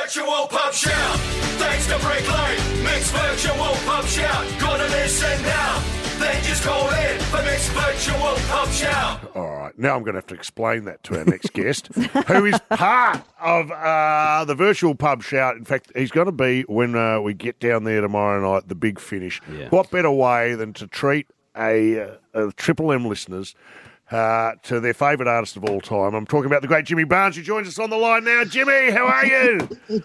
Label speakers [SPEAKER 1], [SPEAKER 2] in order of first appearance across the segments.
[SPEAKER 1] Virtual Pub Shout! Thanks to Break Lane, Mixed Virtual Pub Shout! Gotta listen now! Then just call in for Mixed Virtual Pub Shout!
[SPEAKER 2] All right, now I'm going to have to explain that to our next guest, who is part of uh, the virtual pub shout. In fact, he's going to be when uh, we get down there tomorrow night, the big finish.
[SPEAKER 3] Yeah.
[SPEAKER 2] What better way than to treat a, uh, a Triple M listeners uh, to their favourite artist of all time? I'm talking about the great Jimmy Barnes, who joins us on the line now. Jimmy, how are you?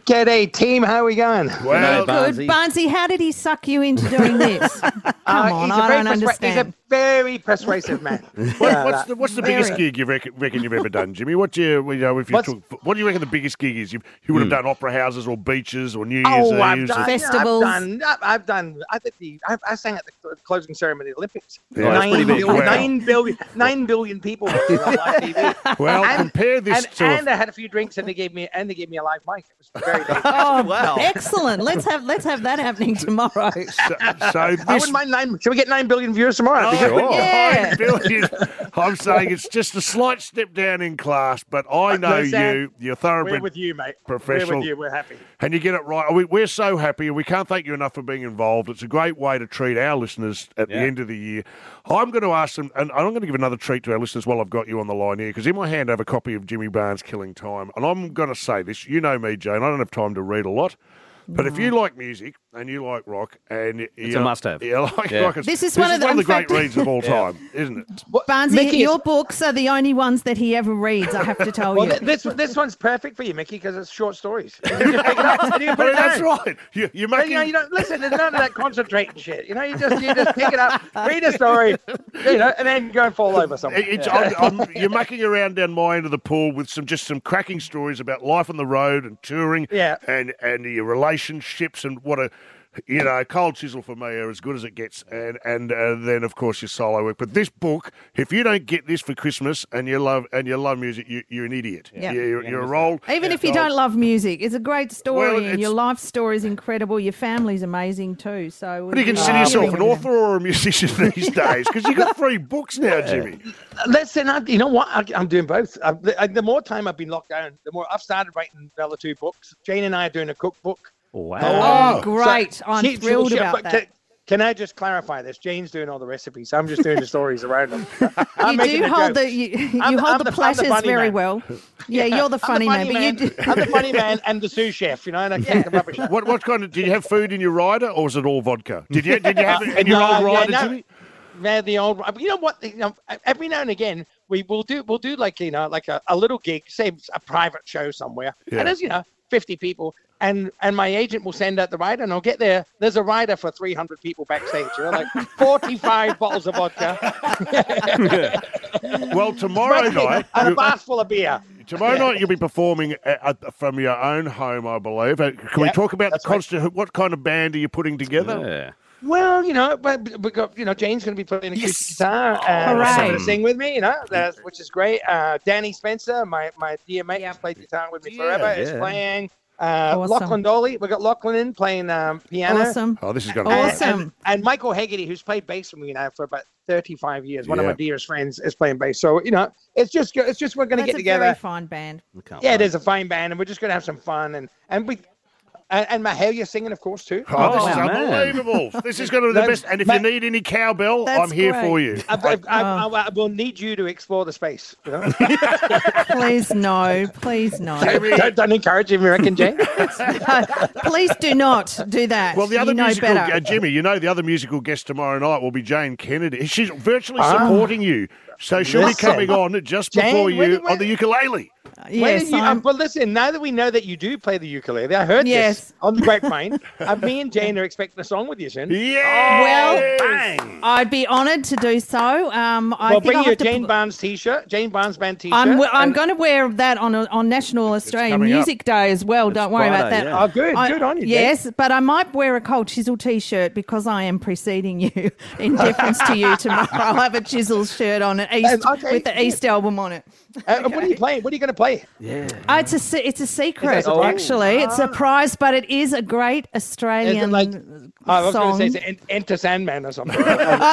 [SPEAKER 4] G'day, team. How are we going?
[SPEAKER 2] well,
[SPEAKER 3] Barnsley.
[SPEAKER 5] Good. Barnsley, how did he suck you into doing this? Come on,
[SPEAKER 4] Uh, he's,
[SPEAKER 5] I
[SPEAKER 4] a very
[SPEAKER 5] don't
[SPEAKER 4] persuasive-
[SPEAKER 5] understand.
[SPEAKER 4] he's a very persuasive man.
[SPEAKER 2] what, what's the what's the biggest
[SPEAKER 5] Very.
[SPEAKER 2] gig you reckon, reckon you've ever done, Jimmy? What do you, you know if you
[SPEAKER 4] What's-
[SPEAKER 2] took, what do you reckon the biggest gig is? You, you would have done opera houses or beaches or New Year's
[SPEAKER 4] Oh, I've
[SPEAKER 2] Eve's.
[SPEAKER 4] done,
[SPEAKER 2] or-
[SPEAKER 5] Festivals.
[SPEAKER 4] I've done. I've, I've done. I did the. I, I sang at the closing ceremony of the Olympics.
[SPEAKER 2] Yeah, that's pretty big.
[SPEAKER 4] billion-
[SPEAKER 2] Wow.
[SPEAKER 4] nine billion- nine billion people watching on live TV.
[SPEAKER 2] Well,
[SPEAKER 4] And-
[SPEAKER 2] compare this
[SPEAKER 4] And,
[SPEAKER 2] to a-
[SPEAKER 4] and I had a few drinks, and they gave me and they gave me a live mic. It was very. nice.
[SPEAKER 5] Oh,
[SPEAKER 3] Wow.
[SPEAKER 5] excellent. Let's have let's have that happening tomorrow.
[SPEAKER 2] so, so
[SPEAKER 4] I
[SPEAKER 2] this.
[SPEAKER 4] wouldn't mind nine. Should we get nine billion viewers tomorrow? That'd be good.
[SPEAKER 2] Oh,
[SPEAKER 5] Yeah.
[SPEAKER 2] nine billion. I'm saying it's just a slight step down in class, but I know
[SPEAKER 4] Sam,
[SPEAKER 2] you. You're a
[SPEAKER 4] We're
[SPEAKER 2] thoroughbred
[SPEAKER 4] with you, mate. We're
[SPEAKER 2] professional.
[SPEAKER 4] with you. We're happy.
[SPEAKER 2] And you get it right. We, we're so happy, and we can't thank you enough for being involved. It's a great way to treat our listeners at the
[SPEAKER 3] Yeah.
[SPEAKER 2] end of the year. I'm going to ask them, and I'm going to give another treat to our listeners while I've got you on the line here, because in my hand I have a copy of Jimmy Barnes' Killing Time. And I'm going to say this you know me, Jane, I don't have time to read a lot. But if
[SPEAKER 5] Mm.
[SPEAKER 2] you like music and you like rock and
[SPEAKER 3] It's
[SPEAKER 2] you
[SPEAKER 3] a must-have.
[SPEAKER 2] yeah, like
[SPEAKER 3] Yeah.
[SPEAKER 2] rock, it's-
[SPEAKER 5] This is one of the- in
[SPEAKER 2] great
[SPEAKER 5] fact-
[SPEAKER 2] reads of all
[SPEAKER 3] Yeah.
[SPEAKER 2] time, isn't it?
[SPEAKER 5] Barnsley,
[SPEAKER 4] Mickey,
[SPEAKER 5] your
[SPEAKER 4] it's-
[SPEAKER 5] books are the only ones that he ever reads, I have to tell
[SPEAKER 4] Well,
[SPEAKER 5] you.
[SPEAKER 4] th- this this one's perfect for you, Mickey, because it's short stories. You can pick it up and you can
[SPEAKER 2] I
[SPEAKER 4] put
[SPEAKER 2] mean,
[SPEAKER 4] it
[SPEAKER 2] that's
[SPEAKER 4] down.
[SPEAKER 2] right. You, you're
[SPEAKER 4] But,
[SPEAKER 2] making
[SPEAKER 4] you know, you don't listen. There's none of that concentrating shit. You know, you just you just pick it up, read a story, you know, and then go and fall over somewhere.
[SPEAKER 2] It- It's, I'm, I'm, you're mucking around down my end of the pool with some just some cracking stories about life on the road and touring,
[SPEAKER 4] Yeah.
[SPEAKER 2] and and your relationships and what a you know cold chisel for me are as good as it gets, and and uh, then of course your solo work. But this book, if you don't get this for Christmas and you love and you love music, you, you're an idiot.
[SPEAKER 5] Yeah.
[SPEAKER 2] You, are you're a roll.
[SPEAKER 5] Even if you don't love music, it's a great story,
[SPEAKER 2] Well,
[SPEAKER 5] and your
[SPEAKER 2] it's-
[SPEAKER 5] life story is incredible. Your family's amazing too. So,
[SPEAKER 2] But you consider yourself an author or a musician these days because you've got three books now, Jimmy.
[SPEAKER 4] Listen, I, you know what? I, I'm doing both. I, I, the more time I've been locked down, the more I've started writing the other two books. Jane and I are doing a cookbook.
[SPEAKER 3] Wow.
[SPEAKER 2] Oh.
[SPEAKER 5] Oh, great!
[SPEAKER 4] So-
[SPEAKER 5] I'm
[SPEAKER 4] she- she-
[SPEAKER 5] thrilled
[SPEAKER 4] she-
[SPEAKER 5] about
[SPEAKER 4] but
[SPEAKER 5] that.
[SPEAKER 4] Can, can I just clarify this? Jane's doing all the recipes. I'm just doing the stories around them. I'm
[SPEAKER 5] you
[SPEAKER 4] making
[SPEAKER 5] do hold
[SPEAKER 4] jokes.
[SPEAKER 5] the you, you
[SPEAKER 4] I'm the- I'm
[SPEAKER 5] hold
[SPEAKER 4] the- I'm
[SPEAKER 5] the
[SPEAKER 4] the
[SPEAKER 5] platters
[SPEAKER 4] funny
[SPEAKER 5] very
[SPEAKER 4] man.
[SPEAKER 5] well. Yeah, you're the
[SPEAKER 4] I'm
[SPEAKER 5] funny,
[SPEAKER 4] the funny
[SPEAKER 5] man,
[SPEAKER 4] man.
[SPEAKER 5] but you do,
[SPEAKER 4] I'm the funny man and the sous chef, you know, and I can't come up with
[SPEAKER 2] What what kind of did you have food in your rider or was it all vodka? Did you did you have it in your
[SPEAKER 4] Uh, No,
[SPEAKER 2] old
[SPEAKER 4] yeah,
[SPEAKER 2] rider,
[SPEAKER 4] no.
[SPEAKER 2] Jimmy?
[SPEAKER 4] they're the old. You know what? You know, every now and again, we will do we'll do like you know like a, a little gig, say a private show somewhere,
[SPEAKER 2] Yeah.
[SPEAKER 4] and there's you know fifty people, and and my agent will send out the rider, and I'll get there. There's a rider for three hundred people backstage. You know, like forty five bottles of vodka,
[SPEAKER 2] Well, tomorrow night,
[SPEAKER 4] and a
[SPEAKER 2] you-
[SPEAKER 4] bath full of beer.
[SPEAKER 2] tomorrow night you'll be performing at, at, from your own home, I believe. Uh, Can we
[SPEAKER 4] Yeah,
[SPEAKER 2] talk about the
[SPEAKER 4] that's right.
[SPEAKER 2] concert? What kind of band are you putting together?
[SPEAKER 3] Yeah.
[SPEAKER 4] Well, you know, but we got you know Jane's going to be playing acoustic guitar
[SPEAKER 2] Oh,
[SPEAKER 4] and
[SPEAKER 5] Hooray.
[SPEAKER 4] going to sing with me, you know, that's, which is great. Uh, Danny Spencer, my my dear mate,
[SPEAKER 5] Yeah.
[SPEAKER 4] who's played guitar with me
[SPEAKER 2] Yeah,
[SPEAKER 4] forever, is
[SPEAKER 3] yeah.
[SPEAKER 4] playing. Uh,
[SPEAKER 5] Awesome.
[SPEAKER 4] Lachlan Dolly, we got Lachlan in playing um, piano.
[SPEAKER 5] awesome.
[SPEAKER 2] Oh, this is going to
[SPEAKER 4] And-
[SPEAKER 2] be
[SPEAKER 5] Awesome.
[SPEAKER 2] great.
[SPEAKER 4] And, and Michael Hegarty, who's played bass with me now for about 35 years, one of
[SPEAKER 2] Yeah.
[SPEAKER 4] my dearest friends, is playing bass. So you know, it's just go- it's just we're going to
[SPEAKER 5] That's
[SPEAKER 4] get
[SPEAKER 5] a
[SPEAKER 4] together.
[SPEAKER 5] very fine band.
[SPEAKER 3] I can't
[SPEAKER 4] Yeah,
[SPEAKER 3] wait.
[SPEAKER 4] it is a fine band, and we're just going to have some fun and and we and, and Mahalia singing, of course, too.
[SPEAKER 2] Oh, this
[SPEAKER 3] Oh,
[SPEAKER 2] is
[SPEAKER 3] man.
[SPEAKER 2] unbelievable. This is going to be the
[SPEAKER 4] No,
[SPEAKER 2] best. And if you
[SPEAKER 4] mate-
[SPEAKER 2] need any cowbell,
[SPEAKER 5] That's
[SPEAKER 2] I'm here
[SPEAKER 5] great.
[SPEAKER 2] for you.
[SPEAKER 4] I, I, I,
[SPEAKER 5] Oh.
[SPEAKER 4] I, I will need you to explore the space. You know?
[SPEAKER 5] Please no, please no,
[SPEAKER 4] don't, don't encourage him, you reckon, Jane?
[SPEAKER 5] please do not do that.
[SPEAKER 2] Well, the other
[SPEAKER 5] you know
[SPEAKER 2] musical,
[SPEAKER 5] better.
[SPEAKER 2] uh, Jimmy, you know, the other musical guest tomorrow night will be Jane Kennedy. She's virtually
[SPEAKER 3] Ah.
[SPEAKER 2] supporting you. So she'll be
[SPEAKER 4] Listen.
[SPEAKER 2] coming on just
[SPEAKER 4] Jane,
[SPEAKER 2] before you
[SPEAKER 4] where did- where-
[SPEAKER 2] on the ukulele.
[SPEAKER 4] Why didn't
[SPEAKER 5] yes,
[SPEAKER 4] you, um,
[SPEAKER 5] I'm-
[SPEAKER 4] but listen, now that we know that you do play the ukulele, I heard
[SPEAKER 5] Yes.
[SPEAKER 4] this on the grapevine. uh, me and Jane are expecting a song with you soon.
[SPEAKER 2] Yeah.
[SPEAKER 5] Well-
[SPEAKER 2] bang.
[SPEAKER 5] I'd be honoured to do so. Um, I
[SPEAKER 4] Well,
[SPEAKER 5] think
[SPEAKER 4] bring
[SPEAKER 5] I'll
[SPEAKER 4] you a
[SPEAKER 5] have to
[SPEAKER 4] Jane
[SPEAKER 5] pl-
[SPEAKER 4] Barnes t-shirt, Jane Barnes band t-shirt.
[SPEAKER 5] I'm, w- I'm
[SPEAKER 4] and-
[SPEAKER 5] going to wear that on a, on National Australian
[SPEAKER 2] coming up.
[SPEAKER 5] Music Day as well. Don't worry about
[SPEAKER 3] Friday,
[SPEAKER 5] that.
[SPEAKER 3] yeah.
[SPEAKER 4] Oh, good,
[SPEAKER 5] I-
[SPEAKER 4] good on you. Jane.
[SPEAKER 5] Yes, but I might wear a cold chisel T-shirt because I am preceding you in deference to you tomorrow. I'll have a chisel shirt on an East
[SPEAKER 4] Um, okay,
[SPEAKER 5] with the
[SPEAKER 4] good.
[SPEAKER 5] East album on it.
[SPEAKER 4] Uh, What are you playing? What are you going to play?
[SPEAKER 5] Oh, it's a se- it's a secret
[SPEAKER 4] surprise.
[SPEAKER 5] actually.
[SPEAKER 4] Ah.
[SPEAKER 5] It's a prize, but it is a great
[SPEAKER 4] Is it
[SPEAKER 5] Australian
[SPEAKER 4] like? Oh, I was
[SPEAKER 5] song.
[SPEAKER 4] going to say it's en- Enter Sandman or something.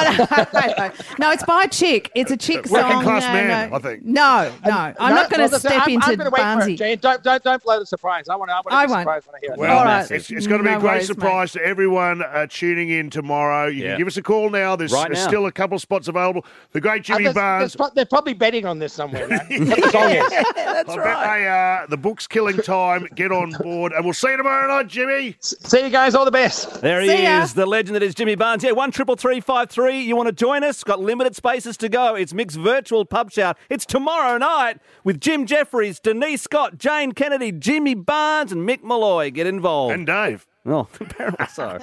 [SPEAKER 5] no, no, it's by a chick. It's a chick
[SPEAKER 2] Working
[SPEAKER 5] song.
[SPEAKER 2] class
[SPEAKER 5] no,
[SPEAKER 2] man,
[SPEAKER 5] no.
[SPEAKER 2] I think.
[SPEAKER 5] No, no, I'm not
[SPEAKER 4] well,
[SPEAKER 5] going to
[SPEAKER 4] listen,
[SPEAKER 5] step
[SPEAKER 4] I'm-
[SPEAKER 5] into
[SPEAKER 4] I'm gonna wait for it,
[SPEAKER 5] Barnsley.
[SPEAKER 4] Jane. Don't, don't don't blow the surprise. I want to. I want to
[SPEAKER 5] I
[SPEAKER 4] be
[SPEAKER 5] won't.
[SPEAKER 4] surprised when I hear it. Uh,
[SPEAKER 2] Well,
[SPEAKER 5] All right.
[SPEAKER 2] it's, it's going to be
[SPEAKER 5] No
[SPEAKER 2] a great
[SPEAKER 5] worries, mate.
[SPEAKER 2] surprise to everyone uh, tuning in tomorrow. You
[SPEAKER 3] Yeah.
[SPEAKER 2] can give us a call now. There's,
[SPEAKER 3] Right
[SPEAKER 2] there's
[SPEAKER 3] now.
[SPEAKER 2] still a couple spots available. The great
[SPEAKER 4] Uh,
[SPEAKER 2] Jimmy
[SPEAKER 4] there's-
[SPEAKER 2] Barnes.
[SPEAKER 4] there's pro- they're probably betting on this somewhere. Right? What the song is.
[SPEAKER 2] I bet they are. uh, The book's killing time. Get on board. And we'll see you tomorrow night, Jimmy.
[SPEAKER 4] See you guys. All the best.
[SPEAKER 3] There he
[SPEAKER 5] See ya.
[SPEAKER 3] is, the legend that is Jimmy Barnes. Yeah, one triple three five three. You want to join us? Got limited spaces to go. It's Mick's virtual pub shout. It's tomorrow night with Jim Jeffries, Denise Scott, Jane Kennedy, Jimmy Barnes, and Mick Malloy. Get involved.
[SPEAKER 2] And Dave.
[SPEAKER 3] oh, apparently so.